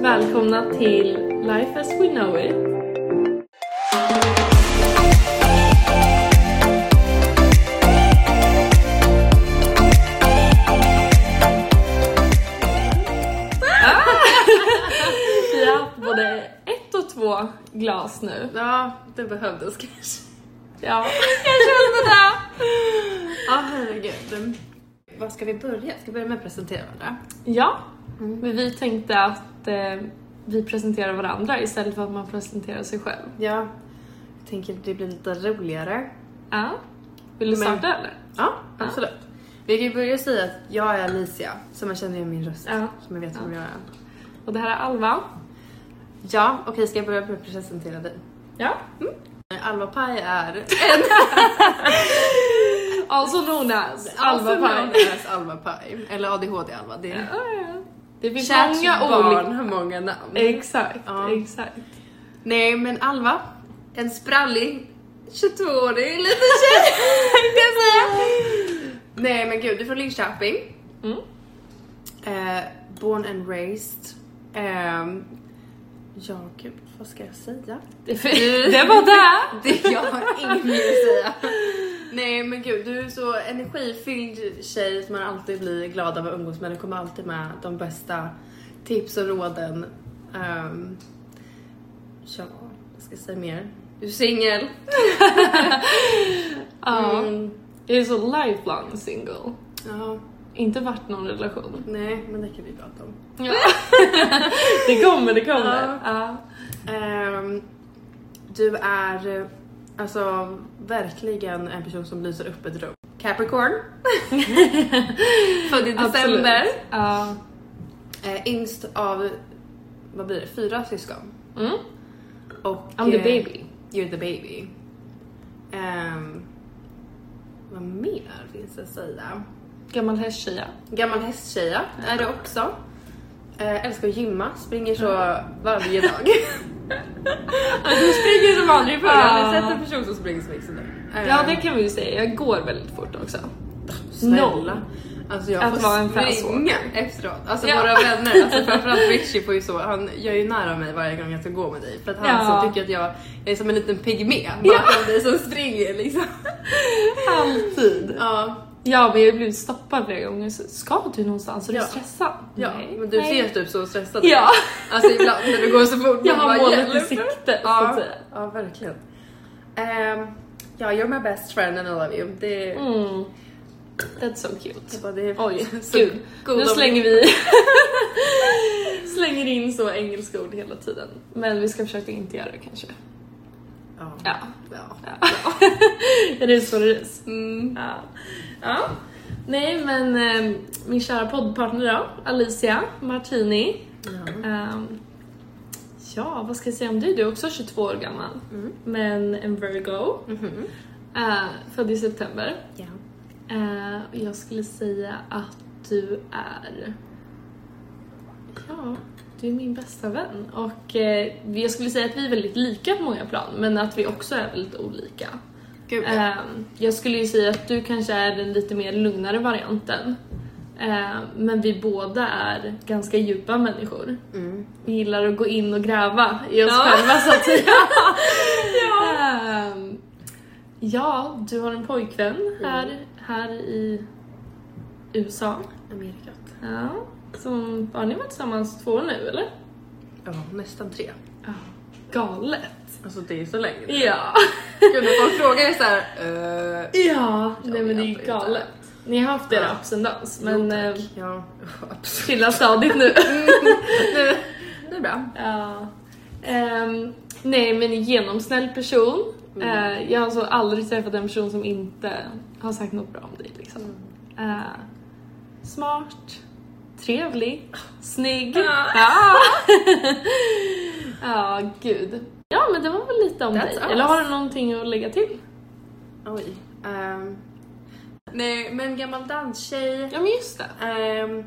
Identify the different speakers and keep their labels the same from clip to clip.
Speaker 1: Välkomna till Life as we know it. Ah! Vi har haft både ett och två glas nu.
Speaker 2: Ja, det behövdes kanske.
Speaker 1: Ja. Jag kände det!
Speaker 2: Ja, herregud. Var ska vi börja? Ska vi börja med att presentera varandra?
Speaker 1: Ja, men vi tänkte att eh, vi presenterar varandra istället för att man presenterar sig själv.
Speaker 2: Ja, jag tänker att det blir lite roligare.
Speaker 1: Ja. Vill du
Speaker 2: Men-
Speaker 1: starta eller?
Speaker 2: Ja, absolut. Vi kan ju börja säga att jag är Alicia, så man känner ju min röst.
Speaker 1: Ja.
Speaker 2: Så man vet vem jag är.
Speaker 1: Och det här är Alva.
Speaker 2: Ja, okej ska jag börja med att presentera dig?
Speaker 1: Ja.
Speaker 2: Alva Paj är...
Speaker 1: Also known as Alltså, Alva
Speaker 2: Alva
Speaker 1: Paj.
Speaker 2: Paj. är Alva Paj. Eller ADHD Alva. Det är...
Speaker 1: Det finns
Speaker 2: Kärt
Speaker 1: många
Speaker 2: barn
Speaker 1: olika...
Speaker 2: har många namn.
Speaker 1: Exakt,
Speaker 2: Ja.
Speaker 1: exakt.
Speaker 2: Nej men Alva, en sprallig 22-årig liten tjej tänkte jag säga. Nej men gud, du är från Linköping.
Speaker 1: Mm.
Speaker 2: Eh, born and raised. Ehm, ja gud, vad ska jag säga?
Speaker 1: Det, det var det!
Speaker 2: Det, jag har inget mer att säga. Nej men gud, du är så energifylld tjej som man alltid blir glad av att umgås med. Du kommer alltid med de bästa tips och råden. Ehm, ja, vad ska jag säga mer? Du är singel.
Speaker 1: Ja.
Speaker 2: Mm.
Speaker 1: Jag är så lifelong single.
Speaker 2: Ja,
Speaker 1: Inte varit någon relation.
Speaker 2: nej men det kan vi prata om.
Speaker 1: Det kommer, det kommer.
Speaker 2: Ja.
Speaker 1: Ja.
Speaker 2: Ehm, du är eh, alltså verkligen en person som lyser upp ett rum. Capricorn. Född i december.
Speaker 1: Absolut. Ja.
Speaker 2: Eh, yngst av, vad blir det, fyra syskon.
Speaker 1: Mm.
Speaker 2: Och,
Speaker 1: I'm the
Speaker 2: eh,
Speaker 1: baby.
Speaker 2: You're the baby. Ehm, vad mer finns det att säga?
Speaker 1: Gammal hästtjeja.
Speaker 2: Gammal hästtjeja är det också. Eh, älskar att gymma, springer så varje dag. du springer som aldrig förr. Har ni sett en person som springer så mycket som du? Eh,
Speaker 1: Ja, det kan vi ju säga. Jag går väldigt fort också.
Speaker 2: Snälla. Alltså jag
Speaker 1: Att
Speaker 2: får
Speaker 1: vara en
Speaker 2: springa efteråt. Alltså
Speaker 1: Ja.
Speaker 2: våra vänner, alltså framförallt Richie får ju så, han gör ju nära mig varje gång jag ska gå med dig. För att han
Speaker 1: Ja.
Speaker 2: så tycker att jag, jag är som en liten pygmé bakom dig som springer liksom.
Speaker 1: Alltid.
Speaker 2: Ja,
Speaker 1: Ja, men jag har blivit stoppad flera gånger. Så, Ska du någonstans? Är du
Speaker 2: Ja.
Speaker 1: stressad?
Speaker 2: ja.
Speaker 1: Nej.
Speaker 2: men du
Speaker 1: Nej.
Speaker 2: ser typ så stressad ut.
Speaker 1: Ja,
Speaker 2: Alltså ibland när du går så fort.
Speaker 1: jag
Speaker 2: man
Speaker 1: har
Speaker 2: bara,
Speaker 1: målet i
Speaker 2: "Hjälp."
Speaker 1: sikte så att
Speaker 2: Ja,
Speaker 1: säga.
Speaker 2: ja verkligen. Ehm, ja, you're my best friend and I love you. Det,
Speaker 1: Mm. That's so cute.
Speaker 2: det, det,
Speaker 1: Oj,
Speaker 2: så
Speaker 1: gud.
Speaker 2: god
Speaker 1: Nu
Speaker 2: om-
Speaker 1: slänger vi slänger in så engelska ord hela tiden. Men vi ska försöka inte göra det kanske.
Speaker 2: Ja.
Speaker 1: Ja.
Speaker 2: Ja.
Speaker 1: ja. det är så det är.
Speaker 2: Mm.
Speaker 1: Ja. ja. Nej, men eh, min kära poddpartner då, Alicia Martini.
Speaker 2: ja.
Speaker 1: Ehm, ja, vad ska jag säga om dig? Du är också 22 år gammal,
Speaker 2: Mm.
Speaker 1: men en Virgo. Eh, född i september.
Speaker 2: Mm-hmm. Ja.
Speaker 1: Eh, och jag skulle säga att du är... Ja, du är min bästa vän. Och eh, jag skulle säga att vi är väldigt lika på många plan, men att vi också är väldigt olika.
Speaker 2: Gud, ja.
Speaker 1: Ehm, jag skulle ju säga att du kanske är den lite mer lugnare varianten. Ehm, men vi båda är ganska djupa människor.
Speaker 2: Mm.
Speaker 1: Vi gillar att gå in och gräva i oss
Speaker 2: Ja.
Speaker 1: själva så att säga. ja. ja, du har en pojkvän här, här i USA.
Speaker 2: Amerikat.
Speaker 1: Ja. Som, har ni varit tillsammans två år nu eller?
Speaker 2: Ja, nästan tre.
Speaker 1: Ja. Galet.
Speaker 2: Alltså det är så länge.
Speaker 1: Ja.
Speaker 2: Gud, när folk frågar är såhär... Uh,
Speaker 1: Ja,
Speaker 2: Ja,
Speaker 1: nej men det är
Speaker 2: jag
Speaker 1: ju
Speaker 2: fattar
Speaker 1: galet. Ni har haft era
Speaker 2: Ja.
Speaker 1: ups and downs
Speaker 2: men...
Speaker 1: men eh,
Speaker 2: ja, usch, absolut.
Speaker 1: chilla stadigt nu.
Speaker 2: Nu- Det är bra.
Speaker 1: Ja. Ehm, nej men en genomsnäll person. Eh, jag har alltså aldrig träffat en person som inte har sagt något bra om dig liksom. Eh, smart, trevlig, snygg. Ja. Ja. gud. Ja men det var väl lite om
Speaker 2: That's
Speaker 1: dig.
Speaker 2: us.
Speaker 1: Eller har du någonting att lägga till?
Speaker 2: Oj. ehm, nej, men gammal danstjej.
Speaker 1: Ja men just det,
Speaker 2: Ehm,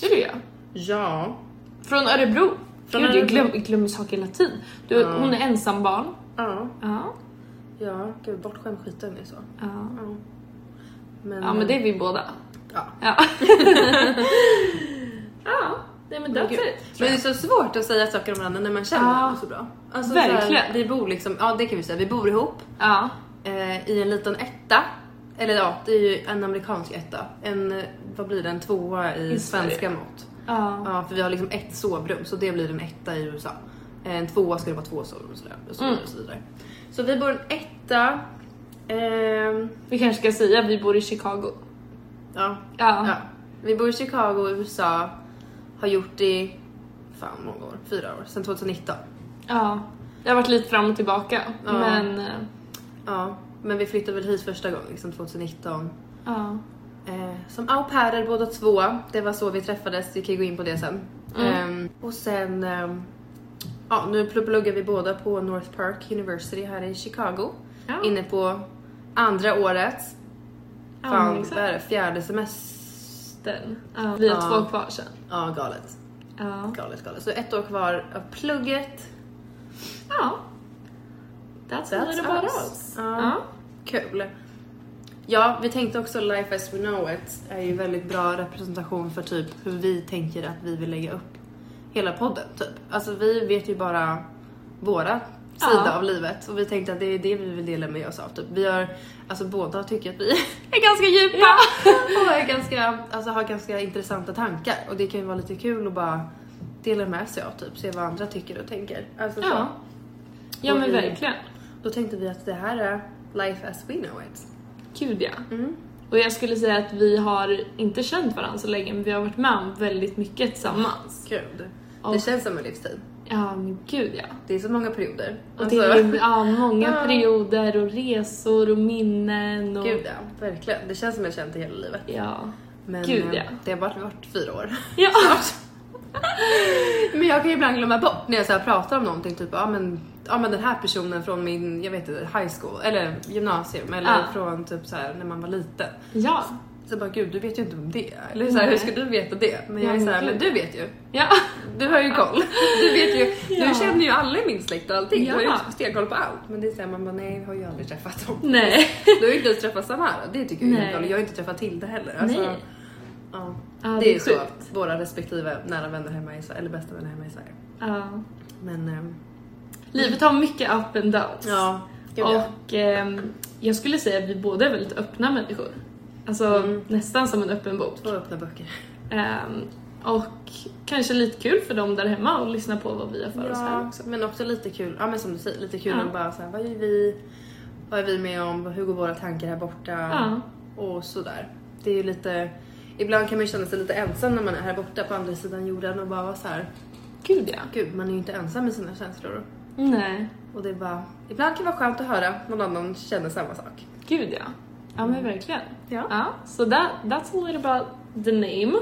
Speaker 1: det är jag.
Speaker 2: ja.
Speaker 1: Från Örebro.
Speaker 2: Från
Speaker 1: Gud, Jag
Speaker 2: Örebro.
Speaker 1: glöm, jag glömmer saker hela tiden. Du,
Speaker 2: Ja.
Speaker 1: Hon är ensambarn.
Speaker 2: Ja.
Speaker 1: Ja.
Speaker 2: Ja, gud bortskämd skiten är så.
Speaker 1: Ja.
Speaker 2: Ja. Men,
Speaker 1: ja men det är vi båda.
Speaker 2: Ja.
Speaker 1: Ja. ja. Nej men that's
Speaker 2: gud.
Speaker 1: it.
Speaker 2: Men
Speaker 1: tror
Speaker 2: det
Speaker 1: jag.
Speaker 2: är så svårt att säga saker om varandra när man känner
Speaker 1: Ja.
Speaker 2: varandra så bra. Alltså, Så här,
Speaker 1: Verkligen.
Speaker 2: vi bor liksom, ja det kan vi säga, vi bor ihop
Speaker 1: Ja.
Speaker 2: eh, i en liten etta. Eller ja, det är ju en amerikansk etta. En, eh, vad blir det, en tvåa i,
Speaker 1: I Sverige.
Speaker 2: svenska mått.
Speaker 1: Ja.
Speaker 2: Ja, för vi har liksom ett sovrum så det blir en etta i USA. Eh, En tvåa ska det vara två sovrum och sådär. Och så,
Speaker 1: Mm.
Speaker 2: och så, vidare. så vi bor i en etta. Ehm,
Speaker 1: Vi kanske ska säga att vi bor i Chicago.
Speaker 2: ja,
Speaker 1: Ja.
Speaker 2: Ja. Vi bor i Chicago i USA. Har gjort det i fan många år, fyra år, sedan 2019.
Speaker 1: ja. Det har varit lite fram och tillbaka.
Speaker 2: Ja.
Speaker 1: Men eh,
Speaker 2: Ja, men vi flyttade väl hit första gången liksom 2019.
Speaker 1: ja.
Speaker 2: Eh, som au pairer båda två. Det var så vi träffades, vi kan gå in på det sen. Ehm, och sen, ehm, ja nu pl- pluggar vi båda på North Park University här i Chicago.
Speaker 1: Ja.
Speaker 2: Inne på andra året. Fan,
Speaker 1: Andningsakt.
Speaker 2: vad är det? Fjärde semester.
Speaker 1: Den. Ja. Vi har
Speaker 2: Ja.
Speaker 1: två kvar sen.
Speaker 2: Ja, galet.
Speaker 1: Ja.
Speaker 2: Galet, galet. Så ett år kvar av plugget.
Speaker 1: ja. That's, a little about us.
Speaker 2: Ja.
Speaker 1: Ja.
Speaker 2: Kul. Ja, vi tänkte också Life as we know it är ju väldigt bra representation för typ hur vi tänker att vi vill lägga upp hela podden typ. Alltså vi vet ju bara våra
Speaker 1: Ja.
Speaker 2: sida av livet och vi tänkte att det är det vi vill dela med oss av typ. Vi har, alltså båda tycker att vi är ganska djupa och är ganska, alltså har ganska intressanta tankar och det kan ju vara lite kul att bara dela med sig av typ, se vad andra tycker och tänker. Alltså, så.
Speaker 1: Ja. Ja
Speaker 2: Och
Speaker 1: men
Speaker 2: vi-
Speaker 1: verkligen.
Speaker 2: Då tänkte vi att det här är life as we know it.
Speaker 1: Gud ja. Och jag skulle säga att vi har inte känt varandra så länge men vi har varit med om väldigt mycket tillsammans.
Speaker 2: Gud.
Speaker 1: Och-
Speaker 2: Det känns som en livstid.
Speaker 1: Ja men gud ja.
Speaker 2: Det är så många perioder.
Speaker 1: Och det är
Speaker 2: Alltså,
Speaker 1: ja, många
Speaker 2: Ja.
Speaker 1: perioder och resor och minnen och...
Speaker 2: Gud ja, verkligen. Det känns som jag känt det hela livet.
Speaker 1: Ja.
Speaker 2: Men
Speaker 1: Gud,
Speaker 2: eh,
Speaker 1: ja.
Speaker 2: det har bara varit fyra år.
Speaker 1: Ja.
Speaker 2: men jag kan ju ibland glömma bort när jag så här pratar om någonting, typ ja men, ja men den här personen från min, jag vet inte, high school eller gymnasium eller
Speaker 1: Ja.
Speaker 2: från typ så här när man var liten.
Speaker 1: Ja.
Speaker 2: Så bara gud, du vet ju inte om det. Eller så här, hur
Speaker 1: Nej.
Speaker 2: ska du veta det? Men jag är
Speaker 1: Ja,
Speaker 2: så här,
Speaker 1: gud.
Speaker 2: men du vet ju.
Speaker 1: Ja.
Speaker 2: Du har ju koll. Du vet ju,
Speaker 1: Ja.
Speaker 2: du känner ju alla i min släkt och allting. Du har ju
Speaker 1: Ja.
Speaker 2: stenkoll på allt. Men det är såhär, man bara nej, jag har ju aldrig träffat dem.
Speaker 1: Nej.
Speaker 2: Du har ju inte ens träffat Samara, det tycker jag är
Speaker 1: Nej.
Speaker 2: jätteroligt. Jag har inte träffat Tilda heller. Alltså,
Speaker 1: Nej.
Speaker 2: Ja.
Speaker 1: Ja,
Speaker 2: det, är,
Speaker 1: är
Speaker 2: så,
Speaker 1: sjukt.
Speaker 2: våra respektive nära vänner hemma i Sverige, eller bästa vänner hemma i Sverige.
Speaker 1: Ja.
Speaker 2: Men ehm,
Speaker 1: Livet har mycket up and downs.
Speaker 2: ja, gud ja.
Speaker 1: Och ehm, jag skulle säga att vi båda är väldigt öppna människor. Alltså
Speaker 2: Mm.
Speaker 1: nästan som en öppen bok.
Speaker 2: Två öppna böcker.
Speaker 1: Ehm, och kanske lite kul för dem där hemma att lyssna på vad vi har för oss här också.
Speaker 2: men också lite kul, ja men som du säger, lite kul
Speaker 1: Ja.
Speaker 2: att bara såhär, vad är vi, vad är vi med om, hur går våra tankar här borta?
Speaker 1: Ja.
Speaker 2: och sådär. Det är ju lite, ibland kan man ju känna sig lite ensam när man är här borta på andra sidan jorden och bara vara så här.
Speaker 1: Gud ja.
Speaker 2: gud man är ju inte ensam med sina känslor.
Speaker 1: Nej.
Speaker 2: Och det är bara, ibland kan det vara skönt att höra någon annan känna samma sak.
Speaker 1: Gud ja. Ja men verkligen.
Speaker 2: Ja.
Speaker 1: Ja, so that, that's a little about the name.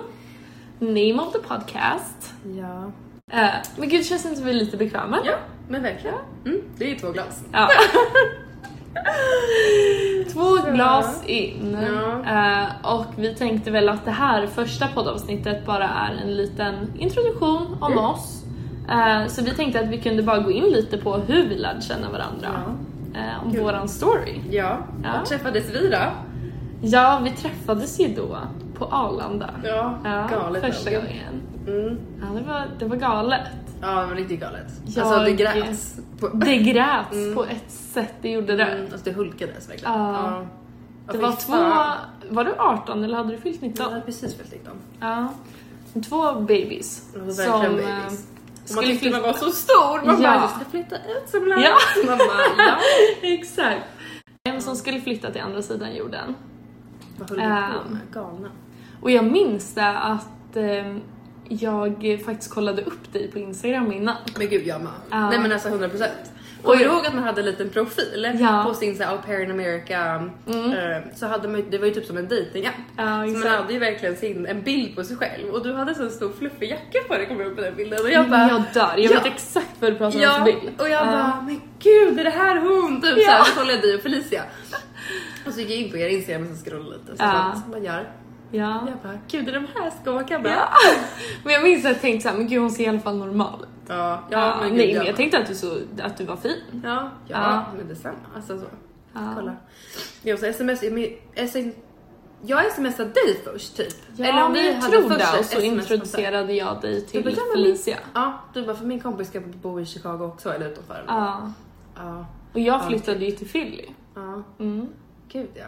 Speaker 1: Name of the podcast.
Speaker 2: Ja.
Speaker 1: Eh, men gud, känns inte vi lite bekväma?
Speaker 2: Ja, men verkligen. Mm, det är ju två glas.
Speaker 1: Ja. Två glas in.
Speaker 2: Ja.
Speaker 1: Eh, och vi tänkte väl att det här första poddavsnittet bara är en liten introduktion om
Speaker 2: Mm.
Speaker 1: oss. Eh, så vi tänkte att vi kunde bara gå in lite på hur vi lärde känna varandra. Eh, om
Speaker 2: Kul.
Speaker 1: våran story.
Speaker 2: Ja.
Speaker 1: Ja.
Speaker 2: Var träffades vi då?
Speaker 1: Ja, vi träffades ju då på Arlanda.
Speaker 2: Ja,
Speaker 1: Ja,
Speaker 2: galet.
Speaker 1: första
Speaker 2: nog.
Speaker 1: gången.
Speaker 2: Mm.
Speaker 1: Ja, det var, det var galet.
Speaker 2: Ja, det var riktigt galet.
Speaker 1: Jag-
Speaker 2: Alltså det gräts. På...
Speaker 1: Det gräts på ett sätt, det gjorde det.
Speaker 2: Mm, alltså det hulkades verkligen.
Speaker 1: Ja.
Speaker 2: Ja,
Speaker 1: Det
Speaker 2: fy
Speaker 1: var
Speaker 2: fan.
Speaker 1: två... Var du 18 eller hade du fyllt 19?
Speaker 2: Jag hade precis fyllt 19.
Speaker 1: Ja. Två babies.
Speaker 2: Det var verkligen babies.
Speaker 1: eh,
Speaker 2: Och man
Speaker 1: Skulle
Speaker 2: tyckte man
Speaker 1: flytta.
Speaker 2: var så stor! Man
Speaker 1: Ja.
Speaker 2: bara, jag ska flytta utomlands!
Speaker 1: Ja.
Speaker 2: Man bara, ja.
Speaker 1: Exakt. En som skulle flytta till andra sidan jorden.
Speaker 2: Vad höll vi på
Speaker 1: Ehm.
Speaker 2: med? Galna.
Speaker 1: Och jag minns det att eh, jag faktiskt kollade upp dig på Instagram innan.
Speaker 2: Men gud, jag med.
Speaker 1: Ja.
Speaker 2: Nej men alltså 100%. Och
Speaker 1: Och-
Speaker 2: jag ihåg att man hade en liten profil
Speaker 1: Ja.
Speaker 2: på sin så här, au pair in America. eh, Så hade man, ju- det var ju typ som en dejtingapp.
Speaker 1: Mm. Ja,
Speaker 2: så man
Speaker 1: exakt.
Speaker 2: hade ju verkligen sin, en bild på sig själv och du hade så en stor fluffig jacka på dig kommer jag ihåg på den bilden och jag bara
Speaker 1: Men Mm, jag dör, jag
Speaker 2: Ja.
Speaker 1: vet exakt vad du pratar om för
Speaker 2: Ja,
Speaker 1: bild.
Speaker 2: och jag
Speaker 1: Ja.
Speaker 2: bara men gud är det här hon? Typ
Speaker 1: Ja.
Speaker 2: såhär, så kollade jag dig och Felicia. Och så gick jag in på er Instagram och så scrollade lite så
Speaker 1: Ja.
Speaker 2: ja. som man gör.
Speaker 1: Ja.
Speaker 2: Jag bara gud är de här skåkarna?
Speaker 1: Ja. Men jag minns att jag tänkte såhär, men gud hon ser i alla fall normal ut.
Speaker 2: ja,
Speaker 1: Ja,
Speaker 2: ja men gud,
Speaker 1: nej,
Speaker 2: jag
Speaker 1: men jag
Speaker 2: bara.
Speaker 1: tänkte att du, så, att du var fin.
Speaker 2: Ja, ja,
Speaker 1: Ja.
Speaker 2: men detsamma. Alltså så.
Speaker 1: Ja.
Speaker 2: Kolla. Jag så sms, jag men- jag smsade dig först typ.
Speaker 1: Ja, Eller om vi hade tror
Speaker 2: först
Speaker 1: det
Speaker 2: ett
Speaker 1: och så
Speaker 2: sms
Speaker 1: introducerade jag dig till
Speaker 2: bara, ja, men-
Speaker 1: Felicia.
Speaker 2: Ja, du bara för min kompis ska bo i Chicago också eller utanför.
Speaker 1: Ja.
Speaker 2: Ja.
Speaker 1: Och jag flyttade ju till Philly.
Speaker 2: ja.
Speaker 1: Mm.
Speaker 2: Gud ja.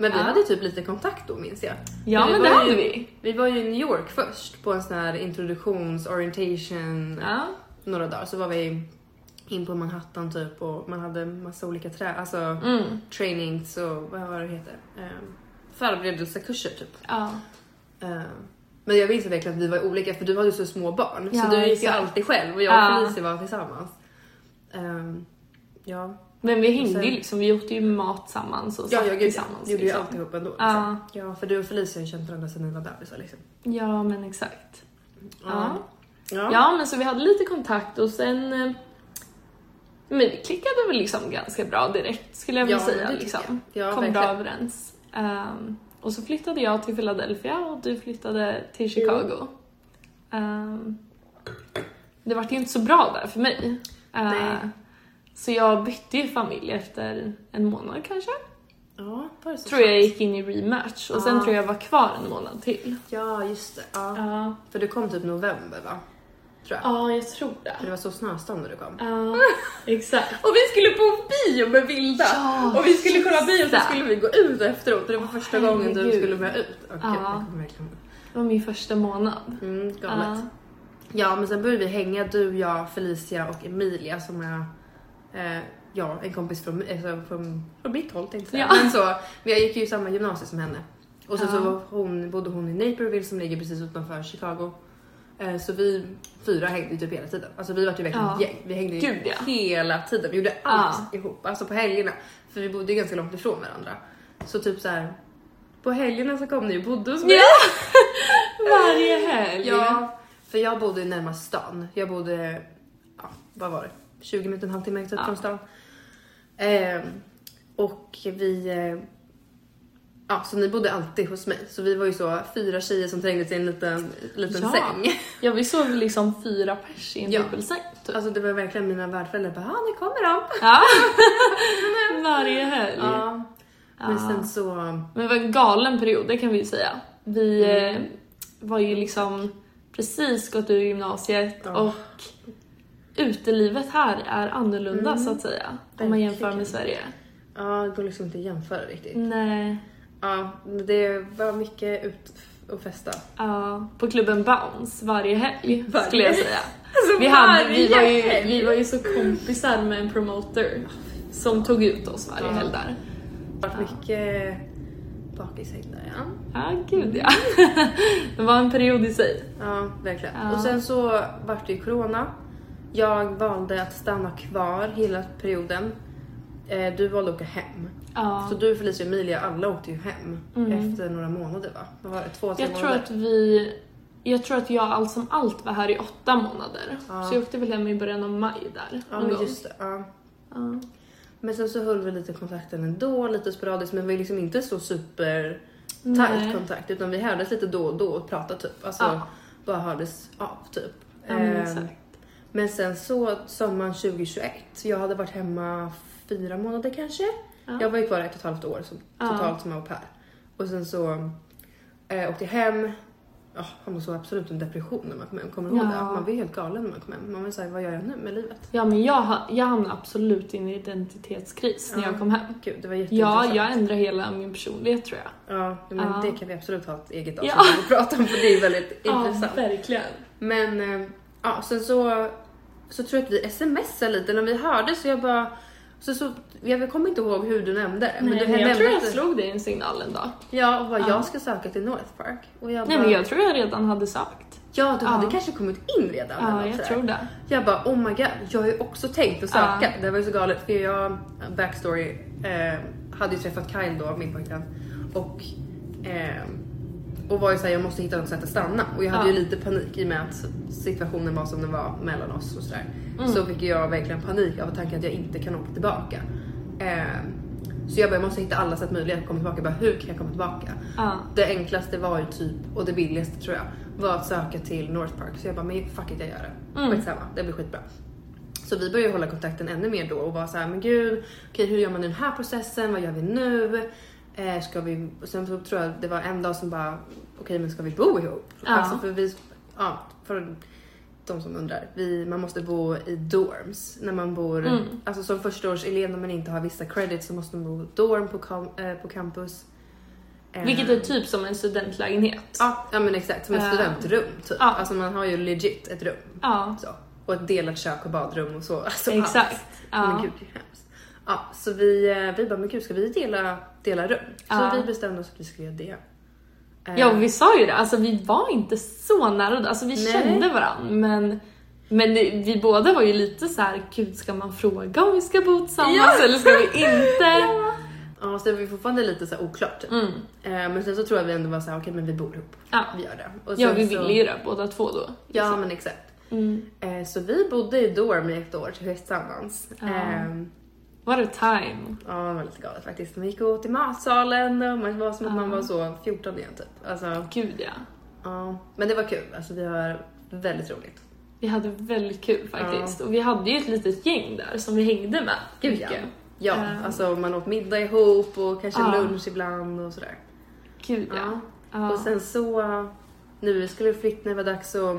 Speaker 2: Men vi
Speaker 1: Ja.
Speaker 2: hade ju typ lite kontakt då minns jag.
Speaker 1: Ja
Speaker 2: För
Speaker 1: men
Speaker 2: var
Speaker 1: det hade
Speaker 2: ju,
Speaker 1: vi.
Speaker 2: Vi var ju i New York först på en sån här introduktions orientation
Speaker 1: Ja.
Speaker 2: några dagar så var vi in på Manhattan typ och man hade massa olika trä, alltså
Speaker 1: Mm.
Speaker 2: trainings och vad var det heter? Um, förberedelsekurser typ.
Speaker 1: ja.
Speaker 2: Eh, men jag minns verkligen att vi var olika för du hade ju så små barn
Speaker 1: Ja,
Speaker 2: så du gick ju
Speaker 1: exakt.
Speaker 2: alltid själv och jag och
Speaker 1: Ja.
Speaker 2: Felicia var tillsammans. Ehm, ja,
Speaker 1: Men vi hängde ju
Speaker 2: Sen-
Speaker 1: liksom, vi åt ju mat tillsammans och
Speaker 2: ja,
Speaker 1: satt
Speaker 2: jag gud,
Speaker 1: tillsammans.
Speaker 2: gjorde ju
Speaker 1: liksom.
Speaker 2: alltihop ändå.
Speaker 1: Ja.
Speaker 2: Liksom. Ja, för du och Felicia har ju känt varandra sedan ni var bebisar liksom.
Speaker 1: ja men exakt. Ja.
Speaker 2: Ja.
Speaker 1: Ja men så vi hade lite kontakt och sen eh, men vi klickade väl liksom ganska bra direkt skulle jag vilja
Speaker 2: Ja, men
Speaker 1: säga.
Speaker 2: det tycker
Speaker 1: Liksom.
Speaker 2: jag. Ja,
Speaker 1: Kom bra
Speaker 2: verkligen.
Speaker 1: överens. Ehm, och så flyttade jag till Philadelphia och du flyttade till Chicago. Ehm, det var ju inte så bra där för mig. Ehm,
Speaker 2: Nej.
Speaker 1: så jag bytte ju familj efter en månad kanske.
Speaker 2: Ja, var det så
Speaker 1: tror jag
Speaker 2: sant?
Speaker 1: gick in i rematch och sen
Speaker 2: Ja.
Speaker 1: tror jag var kvar en månad till.
Speaker 2: Ja, just det. Ja.
Speaker 1: Ja,
Speaker 2: För du kom typ november va? Tror jag.
Speaker 1: ja jag tror det.
Speaker 2: För det var så snöstorm när du kom.
Speaker 1: Ja, exakt.
Speaker 2: Och vi skulle på bio med Vilda!
Speaker 1: Ja,
Speaker 2: och vi skulle kolla bio
Speaker 1: just
Speaker 2: och så
Speaker 1: det.
Speaker 2: skulle vi gå ut efteråt. Det var första gången du
Speaker 1: herregud.
Speaker 2: skulle med ut. Åh, gud,
Speaker 1: Ja.
Speaker 2: jag kommer verkligen-
Speaker 1: Det var min första månad.
Speaker 2: Mm, galet.
Speaker 1: Ja.
Speaker 2: Ja, men sen började vi hänga, du, jag, Felicia och Emilia som är eh, ja, en kompis från, alltså, från, från mitt håll tänkte jag
Speaker 1: Ja.
Speaker 2: säga. Men så, men jag gick ju i samma gymnasium som henne. Och sen
Speaker 1: Ja.
Speaker 2: så var hon, bodde hon i Naperville som ligger precis utanför Chicago. Eh, så vi fyra hängde ju typ hela tiden. Alltså vi var ju verkligen
Speaker 1: Ja.
Speaker 2: ett gäng. Vi hängde ju
Speaker 1: Gud, ja.
Speaker 2: hela tiden. Vi gjorde allt ihop, alltså på helgerna. För vi bodde ju ganska långt ifrån varandra. Så typ så här. på helgerna så kom ni och bodde hos mig.
Speaker 1: Ja. Varje helg.
Speaker 2: Ja, för jag bodde ju närmast stan. Jag bodde, ja, vad var det? 20 minuter, en halvtimme typ
Speaker 1: Ja.
Speaker 2: från stan. Ehm, och vi... Eh, ja, så ni bodde alltid hos mig. Så vi var ju så fyra tjejer som trängdes i en liten, liten
Speaker 1: Ja.
Speaker 2: säng.
Speaker 1: ja vi sov liksom fyra pers i en
Speaker 2: Ja.
Speaker 1: dubbelsäng typ.
Speaker 2: Alltså det var verkligen mina värdföräldrar bara, "Ah, nu kommer de.
Speaker 1: Ja. Varje helg.
Speaker 2: Ja. Men
Speaker 1: Ja.
Speaker 2: sen så...
Speaker 1: Men det var en galen period, det kan vi ju säga. Vi
Speaker 2: Mm.
Speaker 1: eh, var ju liksom precis gått ur gymnasiet
Speaker 2: Ja.
Speaker 1: och utelivet här är annorlunda så att säga. Om man
Speaker 2: Mm. Verkligen.
Speaker 1: jämför med Sverige.
Speaker 2: Ja, det går liksom inte att jämföra riktigt.
Speaker 1: Mm. Nej.
Speaker 2: Ja, men det var mycket ut och festa.
Speaker 1: Ja, på klubben Bounce varje helg
Speaker 2: Varje-
Speaker 1: skulle jag säga.
Speaker 2: Alltså,
Speaker 1: Vi, hade, vi,
Speaker 2: varje
Speaker 1: var ju,
Speaker 2: helg.
Speaker 1: vi var ju så kompisar med en promoter som tog ut oss varje
Speaker 2: Ja.
Speaker 1: helg där.
Speaker 2: Det var mycket bakishäng där ja.
Speaker 1: Ja, gud ja. Det var en period i sig.
Speaker 2: Ja, verkligen.
Speaker 1: Ja.
Speaker 2: Och sen så vart det ju corona. Jag valde att stanna kvar hela perioden. Eh, Du valde att åka hem.
Speaker 1: Ja.
Speaker 2: Så du, Felicia och Emilia, alla åkte ju hem
Speaker 1: Mm.
Speaker 2: efter några månader va? Vad var det? Två, tre
Speaker 1: Jag tror
Speaker 2: månader?
Speaker 1: att vi... Jag tror att jag allt som allt var här i åtta månader.
Speaker 2: Ja.
Speaker 1: Så jag åkte väl hem i början av maj där.
Speaker 2: Ja,
Speaker 1: någon
Speaker 2: men
Speaker 1: gång.
Speaker 2: just det. Ja.
Speaker 1: Ja.
Speaker 2: Men sen så höll vi lite kontakten ändå, lite sporadiskt, men vi var liksom inte så super
Speaker 1: Nej.
Speaker 2: tight kontakt utan vi hördes lite då och då och pratade typ. Alltså
Speaker 1: Ja.
Speaker 2: bara hördes av typ.
Speaker 1: Ja, men
Speaker 2: Ehm,
Speaker 1: exakt.
Speaker 2: Men sen så sommaren 2021, jag hade varit hemma fyra månader kanske.
Speaker 1: Ja.
Speaker 2: Jag var ju kvar ett och ett halvt år som,
Speaker 1: Ja.
Speaker 2: totalt som au pair. Och sen så eh, åkte jag hem. Oh, man såg absolut en depression när man kom hem, kommer du ihåg
Speaker 1: Ja.
Speaker 2: det? Man var ju helt galen när man kom hem. Man var såhär, vad gör jag nu med livet?
Speaker 1: Ja, men jag, ha- jag hamnade absolut i en identitetskris när
Speaker 2: Ja.
Speaker 1: jag kom hem.
Speaker 2: Gud, det var
Speaker 1: Ja,
Speaker 2: jätteintressant.
Speaker 1: jag ändrade hela min personlighet tror jag.
Speaker 2: Ja, men
Speaker 1: Ja.
Speaker 2: det kan vi absolut ha ett eget
Speaker 1: Ja.
Speaker 2: avsnitt om och prata om för det är väldigt
Speaker 1: Ja,
Speaker 2: intressant.
Speaker 1: verkligen.
Speaker 2: Men eh, ja, sen så, så tror jag att vi smsade lite när vi hörde så jag bara så, så, jag kommer inte ihåg hur du nämnde det.
Speaker 1: Nej,
Speaker 2: du
Speaker 1: men jag
Speaker 2: nämnde
Speaker 1: tror jag
Speaker 2: att du-
Speaker 1: slog dig en signal en dag.
Speaker 2: Ja, och bara,
Speaker 1: Ja.
Speaker 2: jag ska söka till North Park. Och jag bara,
Speaker 1: Nej men jag tror jag redan hade sagt.
Speaker 2: ja, du hade
Speaker 1: Ja.
Speaker 2: kanske kommit in redan. eller
Speaker 1: Ja,
Speaker 2: något
Speaker 1: jag
Speaker 2: sådär.
Speaker 1: tror det.
Speaker 2: Jag bara, oh my god, jag har ju också tänkt att söka.
Speaker 1: Ja.
Speaker 2: Det var ju så galet för jag, backstory, eh, hade ju träffat Kyle då, min pojkvän. Och, eh, och var ju såhär, jag måste hitta något sätt att stanna. Och jag hade
Speaker 1: Ja.
Speaker 2: ju lite panik i och med att situationen var som den var mellan oss och sådär.
Speaker 1: Mm.
Speaker 2: Så fick jag verkligen panik av tanken att jag inte kan åka tillbaka. Eh, så jag bara, jag måste hitta alla sätt möjliga att komma tillbaka. Jag bara, hur kan jag komma tillbaka?
Speaker 1: Ja.
Speaker 2: Det enklaste var ju typ, och det billigaste tror jag, var att söka till North Park. Så jag bara, men fuck it jag gör det.
Speaker 1: Mm.
Speaker 2: Skitsamma, det blir skitbra. Så vi började hålla kontakten ännu mer då och var så här, men gud, okej hur gör man i den här processen, vad gör vi nu? eh, ska vi, och sen så tror jag det var en dag som bara, okej men ska vi bo ihop?
Speaker 1: Ja.
Speaker 2: Alltså för vi, ja, för de som undrar, vi, man måste bo i dorms när man bor,
Speaker 1: Mm.
Speaker 2: alltså som förstaårselev när man inte har vissa credits så måste man bo i dorm på, com, eh, på campus. Eh,
Speaker 1: Vilket är typ som en studentlägenhet.
Speaker 2: Ja, ja men exakt, som ett
Speaker 1: Eh.
Speaker 2: studentrum typ.
Speaker 1: Ja.
Speaker 2: Alltså man har ju legit ett rum.
Speaker 1: Ja,
Speaker 2: Så. Och ett delat kök och badrum och så. Alltså,
Speaker 1: exakt.
Speaker 2: Ja. Men
Speaker 1: Ja.
Speaker 2: gud, det är hemskt. Ja, så vi, eh, vi bara, men gud ska vi dela, dela rum? Så
Speaker 1: Ja.
Speaker 2: vi bestämde oss att vi skulle göra det. Eh,
Speaker 1: ja, och vi sa ju det, alltså vi var inte så nära, alltså vi
Speaker 2: Nej. Mm.
Speaker 1: kände varandra men men det, vi båda var ju lite så här, gud ska man fråga om vi ska bo tillsammans
Speaker 2: Ja.
Speaker 1: eller ska vi inte?
Speaker 2: Ja. Ja, så det var ju fortfarande lite så här oklart. typ.
Speaker 1: Mm.
Speaker 2: Eh, men sen så tror jag vi ändå var så här, okej men vi bor ihop.
Speaker 1: Ja.
Speaker 2: Vi gör det. Och
Speaker 1: Ja,
Speaker 2: sen
Speaker 1: vi
Speaker 2: så,
Speaker 1: ville ju det båda två då.
Speaker 2: Ja,
Speaker 1: liksom.
Speaker 2: men exakt.
Speaker 1: Mm.
Speaker 2: Eh, så vi bodde i dorm i ett år tillsammans.
Speaker 1: Ja.
Speaker 2: Eh,
Speaker 1: What a time.
Speaker 2: Ja, det var lite galet faktiskt. Man gick och åt i matsalen och man var som att man
Speaker 1: Ja.
Speaker 2: var så 14 igen typ. Alltså,
Speaker 1: Gud ja.
Speaker 2: ja. Men det var kul, alltså vi har väldigt roligt.
Speaker 1: Vi hade väldigt kul faktiskt. Och vi hade ju ett litet gäng där som vi hängde med.
Speaker 2: Gud ja.
Speaker 1: mycket.
Speaker 2: Ja,
Speaker 1: Ehm.
Speaker 2: alltså man åt middag ihop och kanske
Speaker 1: Ja.
Speaker 2: lunch ibland och sådär.
Speaker 1: Gud ja.
Speaker 2: Ja.
Speaker 1: ja.
Speaker 2: Och sen så, när vi skulle flytta, när det var dags att,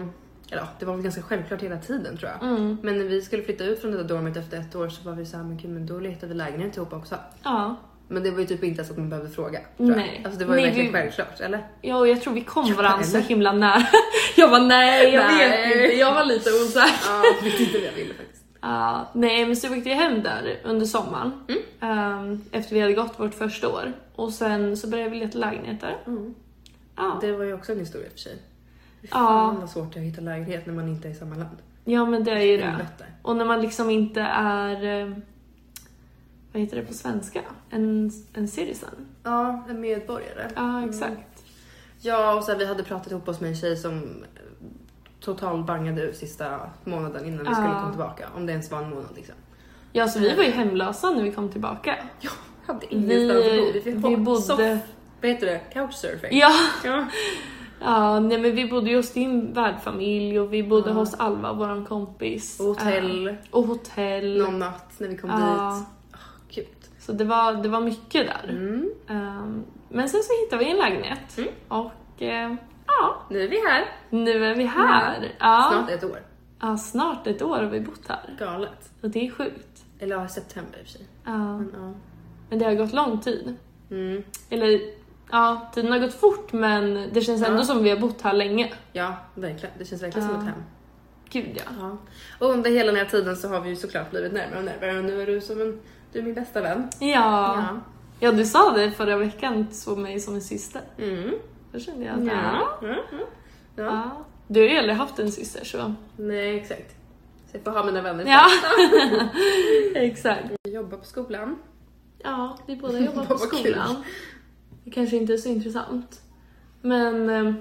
Speaker 2: eller ja, det var väl ganska självklart hela tiden tror jag.
Speaker 1: Mm.
Speaker 2: Men när vi skulle flytta ut från det där dormet efter ett år så var vi såhär, men gud men då letar vi lägenhet ihop också.
Speaker 1: Ja.
Speaker 2: Men det var ju typ inte ens att man behövde fråga. Tror jag.
Speaker 1: Nej.
Speaker 2: Alltså det var ju
Speaker 1: Nej,
Speaker 2: verkligen
Speaker 1: vi-
Speaker 2: självklart, eller?
Speaker 1: ja, och jag tror vi kom
Speaker 2: Ja,
Speaker 1: varandra så
Speaker 2: eller?
Speaker 1: himla nära. Jag var nej, jag
Speaker 2: Nej.
Speaker 1: vet inte. Jag var lite osäker.
Speaker 2: Ja, jag vet inte vad jag ville faktiskt.
Speaker 1: Ja, nej, men så åkte jag hem där under sommaren.
Speaker 2: Mm.
Speaker 1: ehm, efter vi hade gått vårt första år. Och sen så började vi leta lägenheter.
Speaker 2: Mm.
Speaker 1: Ja.
Speaker 2: Det var ju också en historia i och för sig. Fy
Speaker 1: Ja.
Speaker 2: Fan vad svårt det är att hitta lägenhet när man inte är i samma land.
Speaker 1: ja, men det är ju det.
Speaker 2: Helvete.
Speaker 1: Och när man liksom inte är... eh, Vad heter det på svenska? En, en citizen?
Speaker 2: Ja, en medborgare.
Speaker 1: Ja, exakt.
Speaker 2: Ja, och så här, vi hade pratat ihop oss med en tjej som eh, total bangade ut sista månaden innan vi
Speaker 1: Ja.
Speaker 2: skulle komma tillbaka. Om det ens var en månad liksom.
Speaker 1: Ja, så vi var ju hemlösa när vi kom tillbaka.
Speaker 2: Ja, hade ingenstans att bo.
Speaker 1: Vi,
Speaker 2: fick
Speaker 1: vi
Speaker 2: ha soff-
Speaker 1: bodde...
Speaker 2: Vad heter det? Couchsurfing?
Speaker 1: Ja,
Speaker 2: Ja.
Speaker 1: ja nej, men vi bodde ju hos din värdfamilj och vi bodde
Speaker 2: Ja.
Speaker 1: hos Alva, våran kompis.
Speaker 2: Och hotell,
Speaker 1: Eh, och hotell.
Speaker 2: någon natt när vi kom
Speaker 1: Ja.
Speaker 2: dit. Åh, gud.
Speaker 1: Så det var, det var mycket där.
Speaker 2: Mm.
Speaker 1: Ehm, men sen så hittade vi en lägenhet.
Speaker 2: Mm.
Speaker 1: Och eh, ja,
Speaker 2: Nu är vi här.
Speaker 1: nu är vi här. Ja.
Speaker 2: Snart ett år.
Speaker 1: Ja, snart ett år har vi bott här.
Speaker 2: Galet.
Speaker 1: Och det är sjukt.
Speaker 2: Eller ja, september i och för sig.
Speaker 1: Ja.
Speaker 2: Men, ja.
Speaker 1: Men det har gått lång tid.
Speaker 2: Mm.
Speaker 1: Eller ja, tiden har gått fort men det känns ändå
Speaker 2: Ja.
Speaker 1: som vi har bott här länge.
Speaker 2: Ja, verkligen. Det känns verkligen som
Speaker 1: Ja.
Speaker 2: ett hem.
Speaker 1: Gud ja.
Speaker 2: Ja. Och under hela den här tiden så har vi ju såklart blivit närmare och närmare och nu är du som en, du är min bästa vän.
Speaker 1: Ja. ja, du sa det förra veckan, du såg mig som en syster.
Speaker 2: Ja. Mm.
Speaker 1: Då kände jag att ja.
Speaker 2: Ja. Mm. mm. Ja.
Speaker 1: ja. Du har ju aldrig haft en syster så.
Speaker 2: Nej, exakt. Så jag får ha mina vänner.
Speaker 1: Ja, exakt.
Speaker 2: Jag jobbar på skolan.
Speaker 1: Ja, vi båda jobbar på
Speaker 2: Vad kul.
Speaker 1: skolan. Det kanske inte är så intressant. Men eh,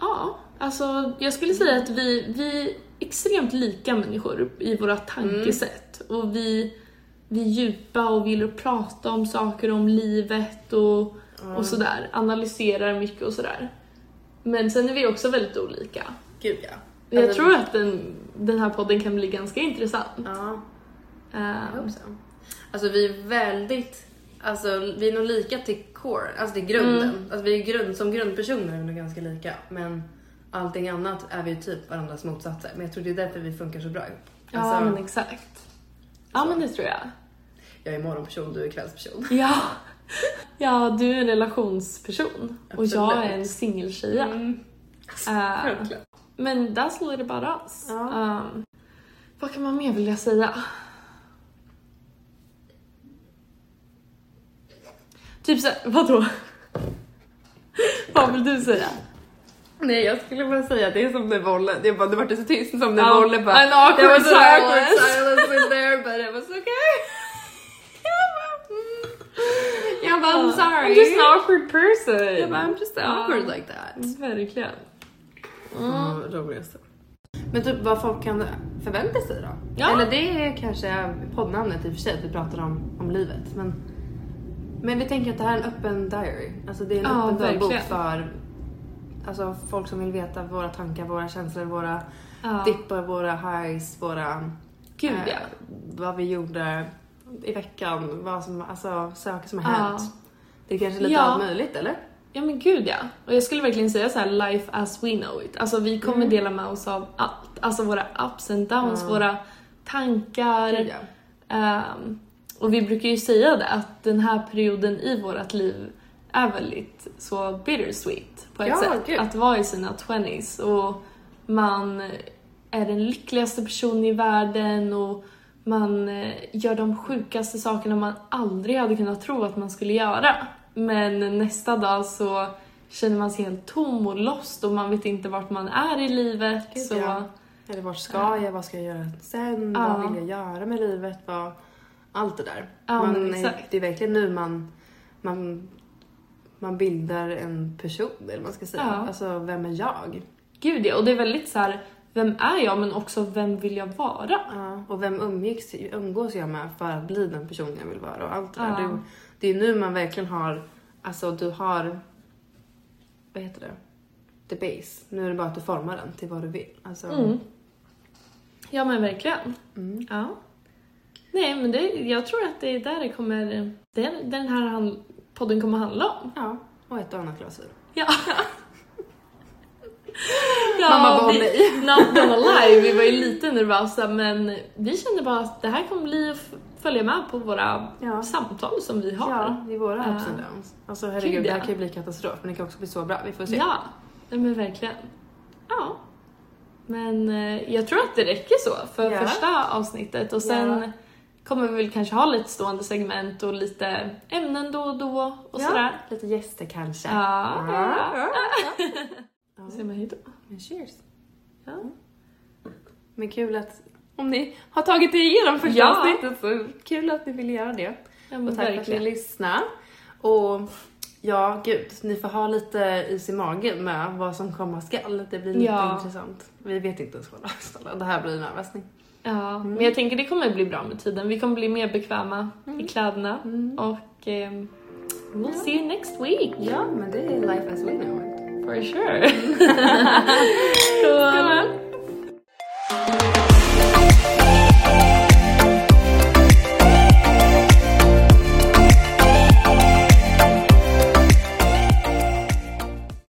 Speaker 1: ja, alltså jag skulle säga att vi, vi är extremt lika människor i våra tankesätt.
Speaker 2: Mm.
Speaker 1: Och vi, vi är djupa och vill prata om saker, om livet och,
Speaker 2: Mm.
Speaker 1: och sådär. Analyserar mycket och sådär. Men sen är vi också väldigt olika.
Speaker 2: Gud ja.
Speaker 1: Jag
Speaker 2: Alltså,
Speaker 1: tror att den, den här podden kan bli ganska intressant.
Speaker 2: Ja, jag
Speaker 1: Eh,
Speaker 2: hoppas det. Alltså vi är väldigt, alltså vi är nog lika till core, alltså till grunden.
Speaker 1: Mm.
Speaker 2: Alltså vi är grund, som grundpersoner är vi nog ganska lika. Men allting annat är vi ju typ varandras motsatser. Men jag tror det är därför vi funkar så bra ihop.
Speaker 1: Ja
Speaker 2: Alltså,
Speaker 1: men exakt. Ja
Speaker 2: Så.
Speaker 1: men det tror jag.
Speaker 2: Jag är morgonperson, du är kvällsperson.
Speaker 1: Ja. ja, du är en relationsperson och jag är en singeltjeja.
Speaker 2: Mm.
Speaker 1: Eh,
Speaker 2: Självklart.
Speaker 1: men that's a little about us.
Speaker 2: Ja.
Speaker 1: Um, vad kan man mer vilja säga? Typ såhär, vadå? vad vill du säga?
Speaker 2: Nej jag skulle bara säga att det är som när bollen, det, är bara, det vart så tyst som när
Speaker 1: Ja,
Speaker 2: bollen bara...
Speaker 1: Um, an awkward
Speaker 2: det var så
Speaker 1: silence.
Speaker 2: silence in there but it was okay. Jag bara, mm. Jag bara I'm sorry.
Speaker 1: I'm just an awkward person.
Speaker 2: jag bara I'm just awkward
Speaker 1: Ja,
Speaker 2: like that.
Speaker 1: Verkligen.
Speaker 2: Mm. Roligaste. Men typ vad folk kan förvänta sig då?
Speaker 1: Ja.
Speaker 2: Eller det är kanske poddnamnet i och för sig, att vi pratar om, om livet. Men, men vi tänker att det här är en öppen diary. Alltså det är en
Speaker 1: Ja,
Speaker 2: öppen dagbok
Speaker 1: verkligen.
Speaker 2: för alltså, folk som vill veta våra tankar, våra känslor, våra
Speaker 1: Ja.
Speaker 2: dippar, våra highs, våra...
Speaker 1: Gud
Speaker 2: eh,
Speaker 1: ja.
Speaker 2: Vad vi gjorde i veckan, vad som, alltså saker som har
Speaker 1: Ja.
Speaker 2: hänt. Det är kanske lite
Speaker 1: Ja.
Speaker 2: allt möjligt eller?
Speaker 1: Ja men gud ja. Och jag skulle verkligen säga så här: life as we know it. Alltså vi kommer
Speaker 2: Mm.
Speaker 1: dela med oss av allt. Alltså våra ups and downs,
Speaker 2: Ja.
Speaker 1: våra tankar.
Speaker 2: Gud, ja.
Speaker 1: Ehm, och vi brukar ju säga det att den här perioden i vårt liv är väldigt så bittersweet på ett
Speaker 2: Ja,
Speaker 1: sätt.
Speaker 2: gud.
Speaker 1: Att vara i sina 20s och man är den lyckligaste personen i världen och man eh, gör de sjukaste sakerna man aldrig hade kunnat tro att man skulle göra. Men nästa dag så känner man sig helt tom och lost och man vet inte vart man är i livet.
Speaker 2: Gud,
Speaker 1: så
Speaker 2: ja. Eller vart ska jag? Vad ska jag göra sen?
Speaker 1: Ja.
Speaker 2: Vad vill jag göra med livet? Vad... Allt det där.
Speaker 1: Ja, men
Speaker 2: man är,
Speaker 1: exakt.
Speaker 2: det är verkligen nu man, man, man bildar en person, eller vad man ska säga.
Speaker 1: Ja.
Speaker 2: Alltså, vem är jag?
Speaker 1: Gud ja, och det är väldigt så här. vem är jag men också vem vill jag vara?
Speaker 2: Ja, och vem umgicks, umgås jag med för att bli den person jag vill vara och allt det där.
Speaker 1: Ja.
Speaker 2: Det, det är nu man verkligen har, alltså du har, vad heter det? The base. Nu är det bara att du formar den till vad du vill. Alltså,
Speaker 1: Mm. Ja men verkligen.
Speaker 2: Mm.
Speaker 1: Ja. Nej men det, jag tror att det är där det kommer, det är den här han, podden kommer handla om.
Speaker 2: Ja, och ett och annat glas vin.
Speaker 1: Ja.
Speaker 2: Mamma bara,
Speaker 1: vi-
Speaker 2: nej.
Speaker 1: Not gonna lie, vi var ju lite nervösa men vi kände bara att det här kommer bli att f- följa med på våra
Speaker 2: Ja.
Speaker 1: samtal som vi har.
Speaker 2: Ja, i våra ups
Speaker 1: Ja.
Speaker 2: and downs. Alltså herregud,
Speaker 1: Gud,
Speaker 2: det här
Speaker 1: ja.
Speaker 2: kan ju bli katastrof men det kan också bli så bra. Vi får se.
Speaker 1: Ja, nej men verkligen. Ja. Men eh, jag tror att det räcker så för
Speaker 2: Ja.
Speaker 1: första avsnittet och sen
Speaker 2: Ja.
Speaker 1: kommer vi väl kanske ha lite stående segment och lite ämnen då och då och sådär.
Speaker 2: Lite gäster kanske.
Speaker 1: Ja.
Speaker 2: Ja.
Speaker 1: ja.
Speaker 2: Ja.
Speaker 1: Då säger man hejdå.
Speaker 2: Men cheers.
Speaker 1: Ja.
Speaker 2: Men kul att om ni har tagit er igenom första
Speaker 1: Ja.
Speaker 2: avsnittet så kul att ni ville göra det.
Speaker 1: Ja,
Speaker 2: Och
Speaker 1: men
Speaker 2: tack för att
Speaker 1: verkligen.
Speaker 2: ni lyssnar. Och ja, gud, ni får ha lite is i magen med vad som komma skall. Det blir lite
Speaker 1: Ja.
Speaker 2: intressant. Vi vet inte ens vad snälla. Det här blir en överraskning.
Speaker 1: Ja,
Speaker 2: Mm.
Speaker 1: men jag tänker det kommer bli bra med tiden. Vi kommer bli mer bekväma
Speaker 2: Mm.
Speaker 1: i kläderna och ehm, we'll see you next week
Speaker 2: Ja, men det är life as we know it.
Speaker 1: for sure. Så,
Speaker 2: Skål!